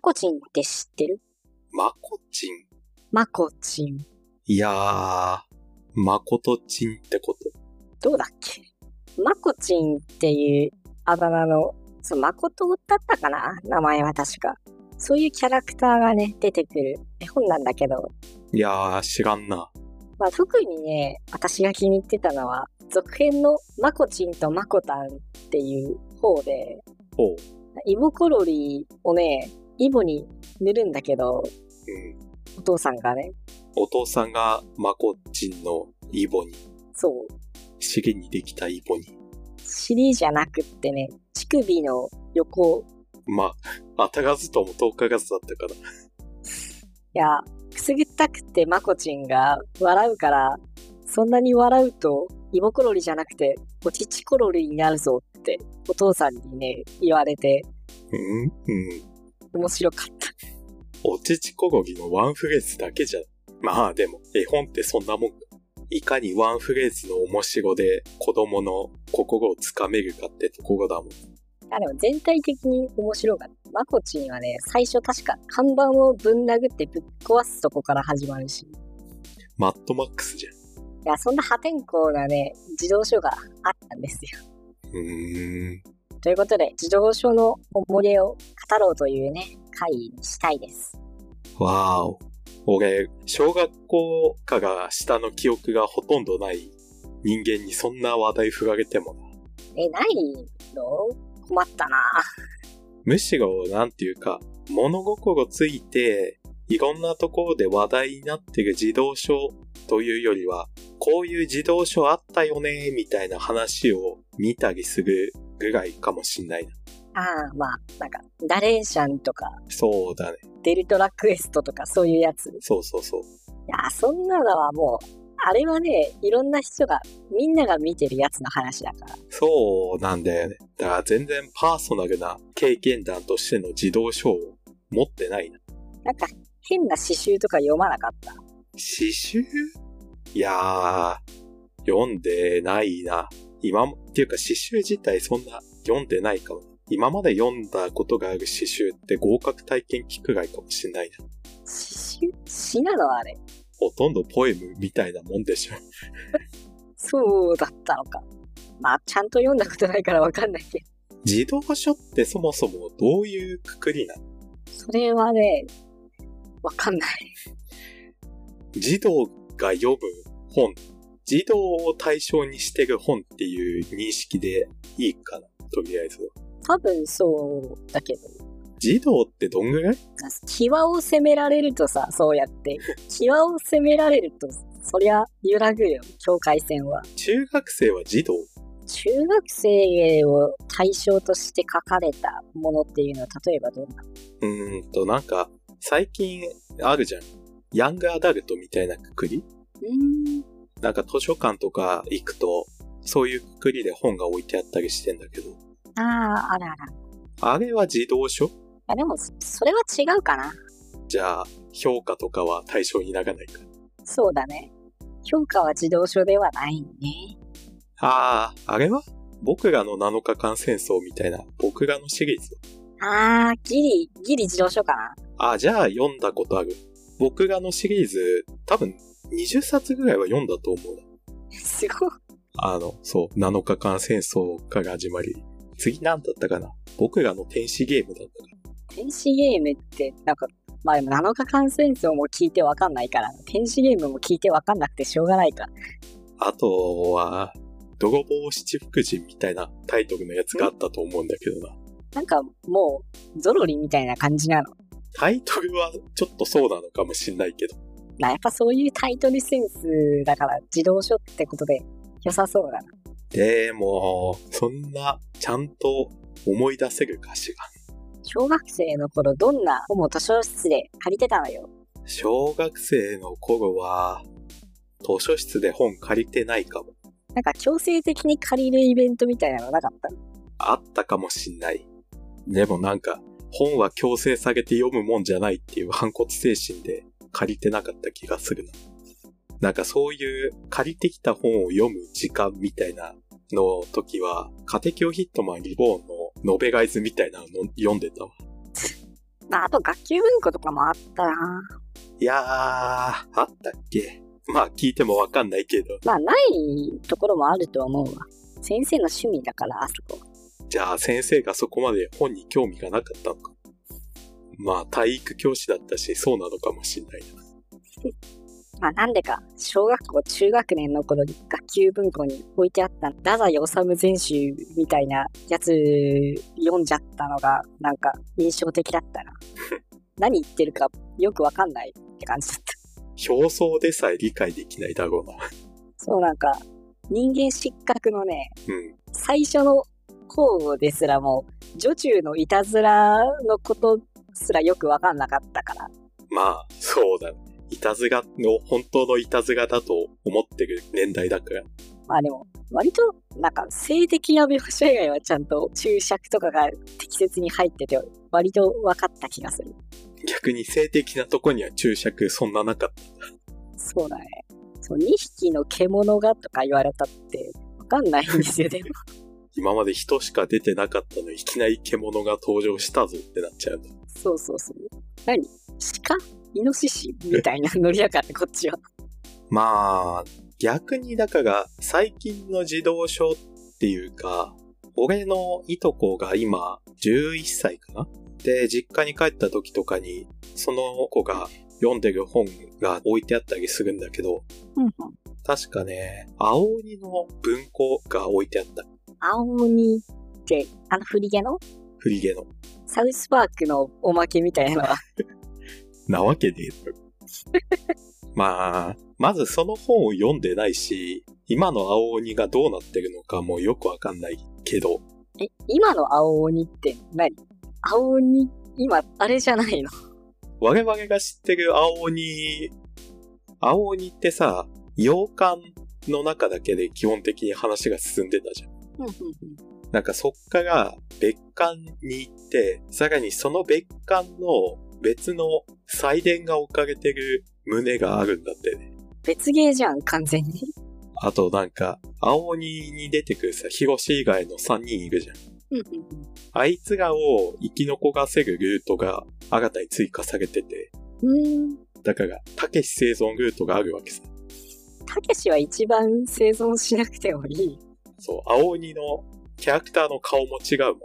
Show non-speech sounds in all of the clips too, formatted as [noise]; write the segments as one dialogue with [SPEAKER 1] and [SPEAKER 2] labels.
[SPEAKER 1] コチンって知ってる
[SPEAKER 2] まこちん。
[SPEAKER 1] マコチン。
[SPEAKER 2] いやー、まことちんってこと。
[SPEAKER 1] どうだっけマコチンっていうあだ名の、そう、マコトだったかな名前は確か。そういうキャラクターがね、出てくる絵本なんだけど、
[SPEAKER 2] いやー、知らんな。
[SPEAKER 1] まあ、特にね、私が気に入ってたのは、続編のマコチンとマコタンっていう方で、
[SPEAKER 2] ほう。
[SPEAKER 1] イボコロリをね、イボに塗るんだけど、
[SPEAKER 2] うん。
[SPEAKER 1] お父さんがね、
[SPEAKER 2] お父さんがまこちんのイボに、
[SPEAKER 1] そう、
[SPEAKER 2] 尻にできたイボに。
[SPEAKER 1] 尻じゃなくってね、乳首の横、
[SPEAKER 2] まあ、あたがずとも10日月だったから。
[SPEAKER 1] いや、くすぐったくてマコチンが笑うから、そんなに笑うと、イボコロリじゃなくて、お乳コロリになるぞって、お父さんにね、言われて、
[SPEAKER 2] うんうん。
[SPEAKER 1] 面白かった。
[SPEAKER 2] おちちこごぎのワンフレーズだけじゃ。まあでも、絵本ってそんなもんか。いかにワンフレーズの面白で子供の心をつかめるかってところだもん。
[SPEAKER 1] あ、でも全体的に面白かった。マコチンはね、最初確か看板をぶん殴ってぶっ壊すとこから始まるし。い
[SPEAKER 2] マッドマックスじゃん。
[SPEAKER 1] や、そんな破天荒なね、児童書があったんですよ。
[SPEAKER 2] うーん。
[SPEAKER 1] ということで、児童書の思い出を語ろうというね、回にしたいです。
[SPEAKER 2] わーお。俺、小学校から下の記憶がほとんどない人間にそんな話題振られてもな。
[SPEAKER 1] え、ないの困ったな。
[SPEAKER 2] むしろ、なんていうか、物心ついて、いろんなところで話題になってる児童書というよりは、こういう児童書あったよね、みたいな話を見たりするぐらいかもしんないな。
[SPEAKER 1] ああ、まあ、なんか、ダレーシャンとか、
[SPEAKER 2] そうだね。
[SPEAKER 1] デルトラクエストとか、そういうやつ。い
[SPEAKER 2] そうそうそう。
[SPEAKER 1] や、そんなのはもう、あれはね、いろんな人が、みんなが見てるやつの話だから。
[SPEAKER 2] そうなんだよね。だから全然パーソナルな経験談としての児童書を持ってないな。
[SPEAKER 1] なんか、変な刺繍とか読まなかった。
[SPEAKER 2] 刺繍いやー、読んでないな。今も、っていうか刺繍自体そんな読んでないかも。今まで読んだことがある刺繍って合格体験記くらいかもしんないな。
[SPEAKER 1] 刺繍詩なのあれ。
[SPEAKER 2] ほとんどポエムみたいなもんでしょ。 [laughs]
[SPEAKER 1] そうだったのか。まあ、ちゃんと読んだことないからわかんないけど。
[SPEAKER 2] 児童書ってそもそもどういうくくりなの
[SPEAKER 1] それはね、わかんない。
[SPEAKER 2] 児童が読む本、児童を対象にしてる本っていう認識でいいかな、とりあえず。
[SPEAKER 1] 多分そうだけど。
[SPEAKER 2] 児童ってどんぐらい
[SPEAKER 1] 際を責められるとさ、そうやって。際を責められると、そりゃ揺らぐよ、境界線は。
[SPEAKER 2] 中学生は児童
[SPEAKER 1] 中学生を対象として書かれたものっていうのは、例えばどんな
[SPEAKER 2] うーんと、なんか、最近あるじゃん。ヤングアダルトみたいなくくり
[SPEAKER 1] うん。
[SPEAKER 2] なんか図書館とか行くと、そういうくくりで本が置いてあったりしてんだけど、
[SPEAKER 1] ああ、あらあら。
[SPEAKER 2] あれは児童書
[SPEAKER 1] あでも、そそれは違うかな。
[SPEAKER 2] じゃあ、評価とかは対象にならないか。
[SPEAKER 1] そうだね。評価は自動書ではないね。
[SPEAKER 2] ああ、あれは僕らの7日間戦争みたいな、僕らのシリーズ
[SPEAKER 1] あー、ギリ、ギリ自動書かな。
[SPEAKER 2] あ、じゃあ読んだことある。僕がのシリーズ、多分20冊ぐらいは読んだと思うな。
[SPEAKER 1] すごい。
[SPEAKER 2] あの、そう、7日間戦争から始まり。次何だったかな僕らの天使ゲームだったか
[SPEAKER 1] 天使ゲームって、なんか、まあでも7日間戦争も聞いてわかんないから、天使ゲームも聞いてわかんなくてしょうがないか。
[SPEAKER 2] な。あとは、泥棒七福神みたいなタイトルのやつがあったと思うんだけどな。
[SPEAKER 1] なんかもう、ゾロリみたいな感じなの。
[SPEAKER 2] タイトルはちょっとそうなのかもしんないけど。
[SPEAKER 1] まあやっぱそういうタイトルセンスだから、自動書ってことで良さそうだな。
[SPEAKER 2] でも、そんな、ちゃんと思い出せる歌詞が。
[SPEAKER 1] 小学生の頃、どんな本を図書室で借りてたのよ。
[SPEAKER 2] 小学生の頃は、図書室で本借りてないかも。
[SPEAKER 1] なんか強制的に借りるイベントみたいなのなかった
[SPEAKER 2] あったかもしんない。でもなんか、本は強制されて読むもんじゃないっていう反骨精神で借りてなかった気がするな。なんかそういう借りてきた本を読む時間みたいなの時は、家庭教ヒットマンリボーンのノベライズみたいなの読んでたわ。
[SPEAKER 1] まあ、あと学級文庫とかもあったな。
[SPEAKER 2] いやー、あったっけまあ聞いてもわかんないけど。
[SPEAKER 1] まあ、ないところもあるとは思うわ。先生の趣味だから、あそこ。
[SPEAKER 2] じゃあ先生がそこまで本に興味がなかったのか。まあ体育教師だったし、そうなのかもしれないな。
[SPEAKER 1] まあ、なんでか、小学校中学年の頃に学級文庫に置いてあった、太宰治全集みたいなやつ読んじゃったのが、なんか印象的だったな。何言ってるかよくわかんないって感じだった。
[SPEAKER 2] 表層でさえ理解できないだろうな。 [laughs]
[SPEAKER 1] そうなんか、人間失格のね、
[SPEAKER 2] うん。
[SPEAKER 1] 最初の方ですらもう、女中のいたずらのことすらよくわかんなかったから。
[SPEAKER 2] まあ、そうだね。いたずらの、本当のいたずらだと思ってる年代だから。
[SPEAKER 1] まあでも、割と、なんか、性的な描写以外はちゃんと注釈とかが適切に入ってて、割と分かった気がする。
[SPEAKER 2] 逆に性的なとこには注釈そんななかった。
[SPEAKER 1] そうだね。そう、2匹の獣がとか言われたって、分かんないんですよ、 [laughs] でも。
[SPEAKER 2] 今まで人しか出てなかったのに、いきなり獣が登場したぞってなっちゃう。
[SPEAKER 1] そうそうそう。何鹿イノシシみたいなノリやからね、こっちは。
[SPEAKER 2] まあ、逆にだから、最近の児童書っていうか、俺のいとこが今、11歳かなで、実家に帰った時とかに、その子が読んでる本が置いてあったりするんだけど、
[SPEAKER 1] うんうん。
[SPEAKER 2] 確かね、青鬼の文庫が置いてあった。
[SPEAKER 1] 青鬼って、あの振り毛の
[SPEAKER 2] フリゲの。
[SPEAKER 1] サウスパークのおまけみたいなのが。
[SPEAKER 2] なわけで。まあ、まずその本を読んでないし、今の青鬼がどうなってるのかもよくわかんないけど、
[SPEAKER 1] え、今の青鬼って何青鬼、今、あれじゃないの
[SPEAKER 2] 我々が知ってる青鬼、青鬼ってさ、洋館の中だけで基本的に話が進んでたじゃん。
[SPEAKER 1] うんうんうん。
[SPEAKER 2] なんかそっから別館に行って、さらにその別館の別の祭殿が置かれてる胸があるんだってね。
[SPEAKER 1] 別芸じゃん、完全に。
[SPEAKER 2] あとなんか、青鬼に出てくるさ、ヒロシ以外の3人いるじゃん。
[SPEAKER 1] うんうんうん。
[SPEAKER 2] あいつらを生き残らせるルートが新たに追加されてて、
[SPEAKER 1] うん。
[SPEAKER 2] だから、たけし生存ルートがあるわけさ。
[SPEAKER 1] たけしは一番生存しなくてもいい。
[SPEAKER 2] そう、青鬼のキャラクターの顔も違うもん。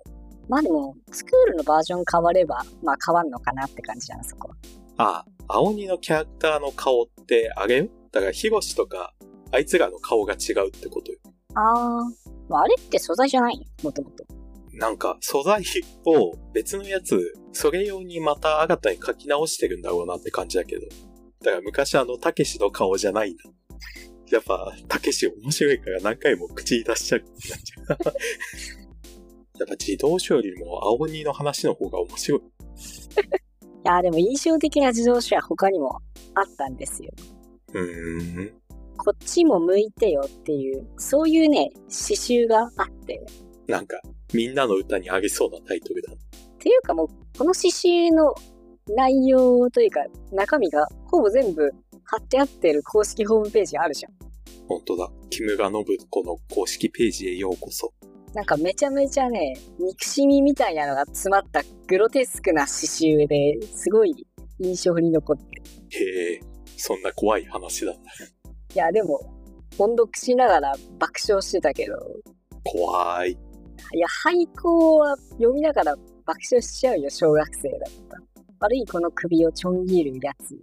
[SPEAKER 1] まあでも、スクールのバージョン変われば、まあ変わんのかなって感じだな、そこは。
[SPEAKER 2] ああ、青鬼のキャラクターの顔ってあれよだから、ヒロシとか、あいつらの顔が違うってことよ。
[SPEAKER 1] あー。まあ、あれって素材じゃないもともと。
[SPEAKER 2] なんか、素材を別のやつ、それ用にまた新たに書き直してるんだろうなって感じだけど。だから昔あの、たけしの顔じゃないんだ。やっぱ、たけし面白いから何回も口に出しちゃうってなっちゃう。やっぱ自動書よりも青鬼の話の方が面白い。
[SPEAKER 1] いやーでも印象的な自動車は他にもあったんですよ。
[SPEAKER 2] うーん。
[SPEAKER 1] こっちも向いてよっていう、そういうね、刺繍があって。
[SPEAKER 2] なんか、みんなの歌にあげそうなタイトルだ。
[SPEAKER 1] っていうかもう、この刺繍の内容というか、中身がほぼ全部貼ってあってる公式ホームページあるじゃん。
[SPEAKER 2] 本当だ。キムガノブコの公式ページへようこそ。
[SPEAKER 1] なんかめちゃめちゃね、憎しみみたいなのが詰まったグロテスクな刺繍ですごい印象に残ってる。
[SPEAKER 2] へえ、そんな怖い話だ。
[SPEAKER 1] いや、でも、音読しながら爆笑してたけど、
[SPEAKER 2] 怖い。
[SPEAKER 1] いや、廃校は読みながら爆笑しちゃうよ、小学生だったら。悪い子の首をちょん切るやつ。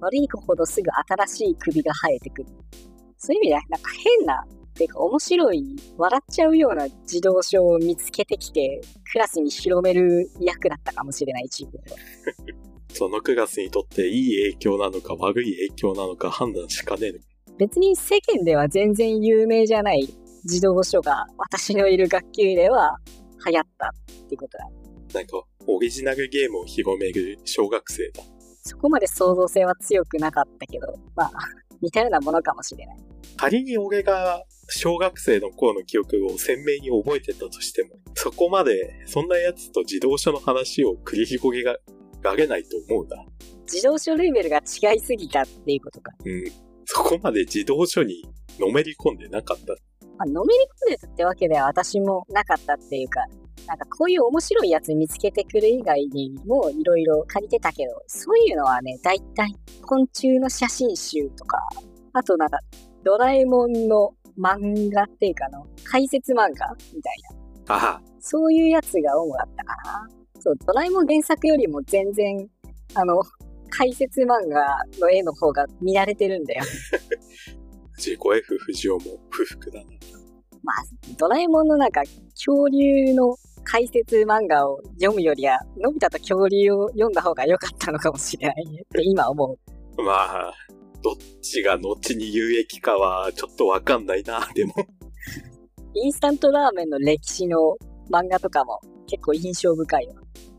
[SPEAKER 1] 悪い子ほどすぐ新しい首が生えてくる。そういう意味では、なんか変な、てか面白い、笑っちゃうような児童書を見つけてきて、クラスに広める役だったかもしれない、自分は。
[SPEAKER 2] そのクラスにとっていい影響なのか悪い影響なのか判断しかねえの。
[SPEAKER 1] 別に世間では全然有名じゃない児童書が、私のいる学級では流行ったっていうことだ。
[SPEAKER 2] なんか、オリジナルゲームを広める小学生だ。
[SPEAKER 1] そこまで創造性は強くなかったけど、まあ、 [laughs] 似たようなものかもしれない。
[SPEAKER 2] 仮に俺が小学生の頃の記憶を鮮明に覚えてたとしても、そこまでそんな奴と自動車の話を繰り広げがられないと思うな。
[SPEAKER 1] 自動書レベルが違いすぎたっていうことか。
[SPEAKER 2] うん。そこまで自動書にのめり込んでなかった。
[SPEAKER 1] まあ、のめり込んでたってわけでは私もなかったっていうか、なんかこういう面白いやつ見つけてくる以外にもいろいろ借りてたけど、そういうのはね、だいたい昆虫の写真集とか、あとなんかドラえもんの漫画っていうかあの、解説漫画みたいな。
[SPEAKER 2] ああ、
[SPEAKER 1] そういうやつが主だったかな。そう、ドラえもん原作よりも全然、あの、解説漫画の絵の方が見られてるんだ [laughs] よ。
[SPEAKER 2] 藤子 F 不二雄も不服だな。
[SPEAKER 1] まあ、ドラえもんのなんか、恐竜の解説漫画を読むよりは、のび太と恐竜を読んだ方が良かったのかもしれないねって今思う。
[SPEAKER 2] まあ、どっちが後に有益かはちょっとわかんないな、 [laughs] でも。
[SPEAKER 1] インスタントラーメンの歴史の漫画とかも結構印象深いわ。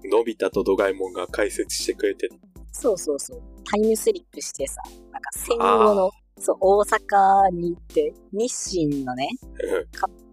[SPEAKER 2] のび太とドガイモンが解説してくれて、
[SPEAKER 1] そうそうそう。タイムスリップしてさ、なんか戦後の、そう、大阪に行って、日清のね、
[SPEAKER 2] うん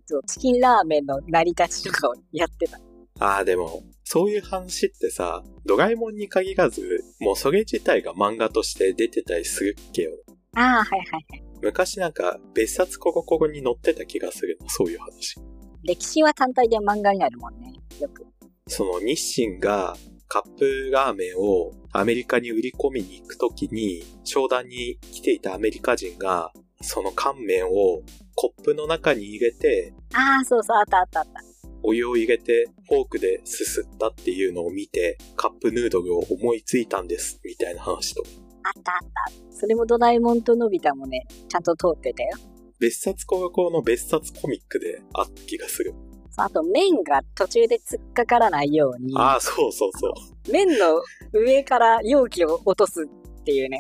[SPEAKER 1] そうチキンラーメンの成り立ちとかをやってた。
[SPEAKER 2] [laughs] ああ、でも、そういう話ってさ、ドガイモンに限らず、もうそれ自体が漫画として出てたりするっけよ。
[SPEAKER 1] ああ、はいはいはい。
[SPEAKER 2] 昔なんか、別冊ココココに載ってた気がするな、そういう話。
[SPEAKER 1] 歴史は単体で漫画になるもんね。よく。
[SPEAKER 2] その日清がカップラーメンをアメリカに売り込みに行くときに、商談に来ていたアメリカ人が、その乾麺をコップの中に入れて、
[SPEAKER 1] ああ、そうそう、あったあったあった。
[SPEAKER 2] お湯を入れてフォークですすったっていうのを見て、カップヌードルを思いついたんです、みたいな話と。
[SPEAKER 1] あったあった。それもドラえもんとのび太もね、ちゃんと通ってたよ。
[SPEAKER 2] 別冊高校の別冊コミックであった気がする。
[SPEAKER 1] そうあと、麺が途中で突っかからないように、
[SPEAKER 2] ああ、そうそうそう。
[SPEAKER 1] 麺の上から容器を落とすっていうね。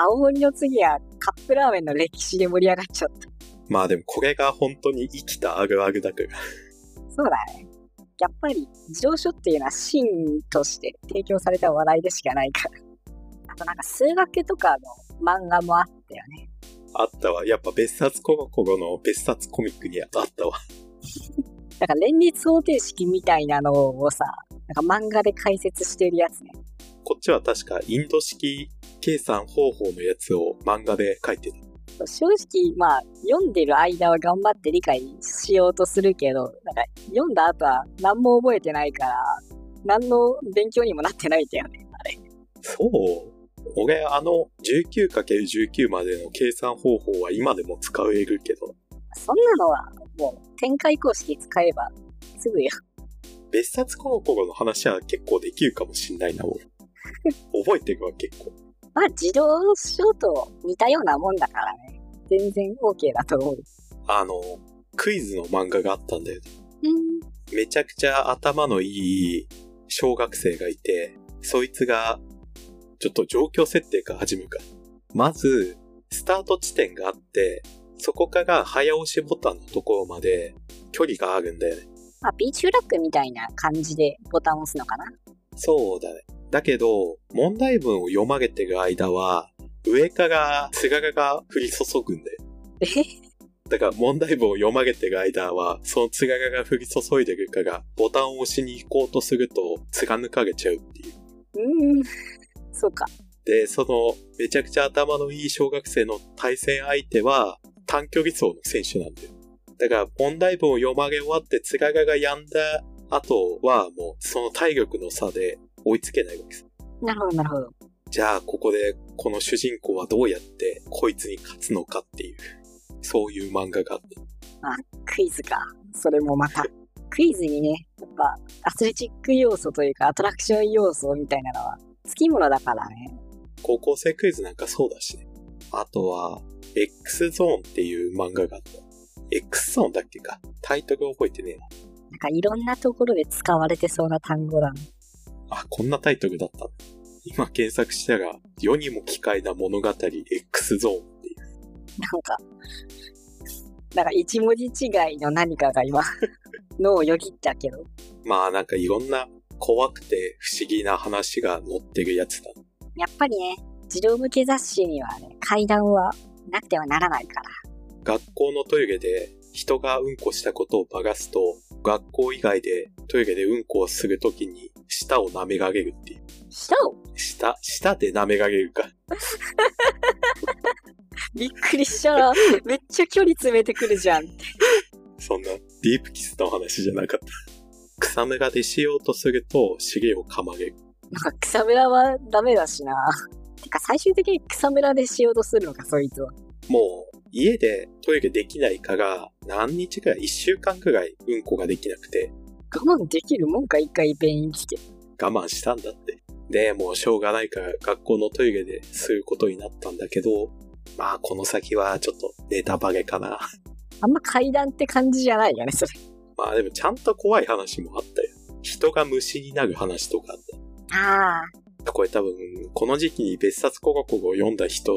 [SPEAKER 1] 青森の次はカップラーメンの歴史で盛り上がっちゃった。
[SPEAKER 2] まあでもこれが本当に生きたあるあるだから。
[SPEAKER 1] そうだね。やっぱり、自動書っていうのは真として提供された笑いでしかないから。あとなんか数学とかの漫画もあったよね。
[SPEAKER 2] あったわ。やっぱ別冊コロコロの別冊コミックにあったわ。
[SPEAKER 1] なんか連立方程式みたいなのをさ、なんか漫画で解説してるやつね。
[SPEAKER 2] こっちは確かインド式計算方法のやつを漫画で書いてた。
[SPEAKER 1] 正直、まあ、読んでる間は頑張って理解しようとするけど、なんか読んだ後は何も覚えてないから、何の勉強にもなってないんだよね、あれ。
[SPEAKER 2] そう俺、あの、19×19 までの計算方法は今でも使えるけど、
[SPEAKER 1] そんなのは、もう展開公式使えばすぐよ。
[SPEAKER 2] 別冊コロコロの話は結構できるかもしんないな、俺。覚えてるわ、結構。
[SPEAKER 1] まあ、自動書と似たようなもんだからね。全然 OK だと思う。
[SPEAKER 2] あの、クイズの漫画があったんだよね。
[SPEAKER 1] うん。
[SPEAKER 2] めちゃくちゃ頭のいい小学生がいて、そいつが、ちょっと状況設定から始めるか。まず、スタート地点があって、そこから早押しボタンのところまで距離があるんだよね。
[SPEAKER 1] まあ、ビーチフラッグみたいな感じでボタンを押すのかな。
[SPEAKER 2] そうだね。だけど、問題文を読まれてる間は、上からすがらが降り注ぐんだよ。
[SPEAKER 1] え
[SPEAKER 2] だから問題文を読まれてる間は、そのつがらが降り注いでるから、ボタンを押しに行こうとすると、貫かれちゃうっていう。
[SPEAKER 1] うん。そうか。
[SPEAKER 2] で、その、めちゃくちゃ頭のいい小学生の対戦相手は、短距離走の選手なんだよ。だから、問題文を読まれ終わって、つがががやんだ後は、もう、その体力の差で追いつけないわけです。
[SPEAKER 1] なるほど、なるほど。
[SPEAKER 2] じゃあ、ここで、この主人公はどうやって、こいつに勝つのかっていう、そういう漫画があった。
[SPEAKER 1] クイズか。それもまた。クイズにね、やっぱアスレチック要素というかアトラクション要素みたいなのはつきものだからね。
[SPEAKER 2] 高校生クイズなんかそうだしね。あとは、X ゾーンっていう漫画があった。X ゾーンだっけか。タイトル覚えてねえな。
[SPEAKER 1] なんかいろんなところで使われてそうな単語だね。
[SPEAKER 2] あ、こんなタイトルだったんだ。今検索したら、世にも奇怪な物語 X ゾーンっていう。
[SPEAKER 1] なんか、なんか一文字違いの何かが今、 [laughs] 脳をよぎったけど。
[SPEAKER 2] まあなんかいろんな怖くて不思議な話が載ってるやつだ。
[SPEAKER 1] やっぱりね、児童向け雑誌にはね、階段はなくてはならないから。
[SPEAKER 2] 学校のトイレで人がうんこしたことをばらすと、学校以外でトイレでうんこをするときに舌を舐められるっていう。
[SPEAKER 1] 舌を
[SPEAKER 2] 舌、舌で舐められるか。
[SPEAKER 1] [laughs] びっくりしたら、めっちゃ距離詰めてくるじゃん。
[SPEAKER 2] そんなディープキスの話じゃなかった。 [laughs] 草むらでしようとすると、シゲをかまれる。
[SPEAKER 1] まあ草むらはダメだしな。てか最終的に草むらでしようとするのか、そいつは。
[SPEAKER 2] もう、家でトイレできないかが、何日くらい、一週間くらい、うんこができなくて、
[SPEAKER 1] 我慢できるもんか、一回便意聞け。
[SPEAKER 2] 我慢したんだって。で、もうしょうがないから、学校のトイレですることになったんだけど、まあ、この先はちょっとネタバレかな。 [laughs]
[SPEAKER 1] あんま階段って感じじゃないよね、それ。
[SPEAKER 2] まあでもちゃんと怖い話もあったよ。人が虫になる話とかあった。
[SPEAKER 1] ああ。
[SPEAKER 2] これ多分、この時期に別冊コガコガを読んだ人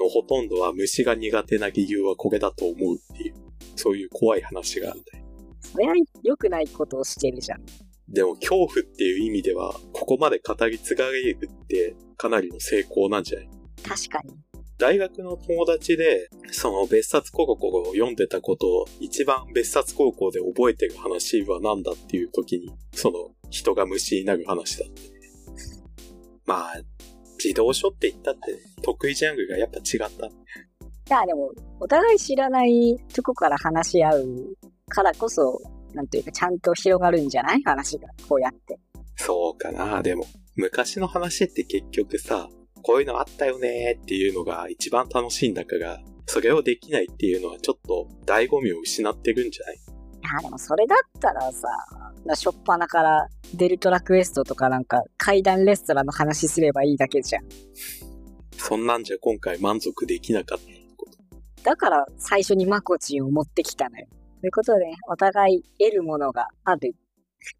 [SPEAKER 2] のほとんどは虫が苦手な理由はこれだと思うっていう、そういう怖い話があるんだよ。
[SPEAKER 1] それは良くないことをしてるじゃん。
[SPEAKER 2] でも恐怖っていう意味では、ここまで語り継がれるってかなりの成功なんじゃない
[SPEAKER 1] 確かに。
[SPEAKER 2] 大学の友達で、その別冊高校を読んでたことを一番別冊高校で覚えてる話は何だっていう時に、その人が虫になる話だって。まあ、自動書って言ったって得意ジャンルがやっぱ違った。
[SPEAKER 1] いや、でも、お互い知らないとこから話し合うからこそ、なんというか、ちゃんと広がるんじゃない話が、こうやって。
[SPEAKER 2] そうかな、でも昔の話って結局さ、こういうのあったよねっていうのが一番楽しいんだから、それをできないっていうのはちょっと醍醐味を失ってるんじゃない
[SPEAKER 1] いや、でもそれだったらさ、しょっぱなからデルトラクエストとかなんか階段レストランの話すればいいだけじゃん。
[SPEAKER 2] そんなんじゃ今回満足できなかったってこと。
[SPEAKER 1] だから最初にマコチンを持ってきたのよ。ということで、お互い得るものがある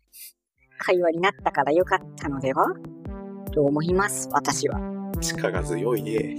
[SPEAKER 1] [laughs] 会話になったから良かったのではと思います、私は。
[SPEAKER 2] 力強いね。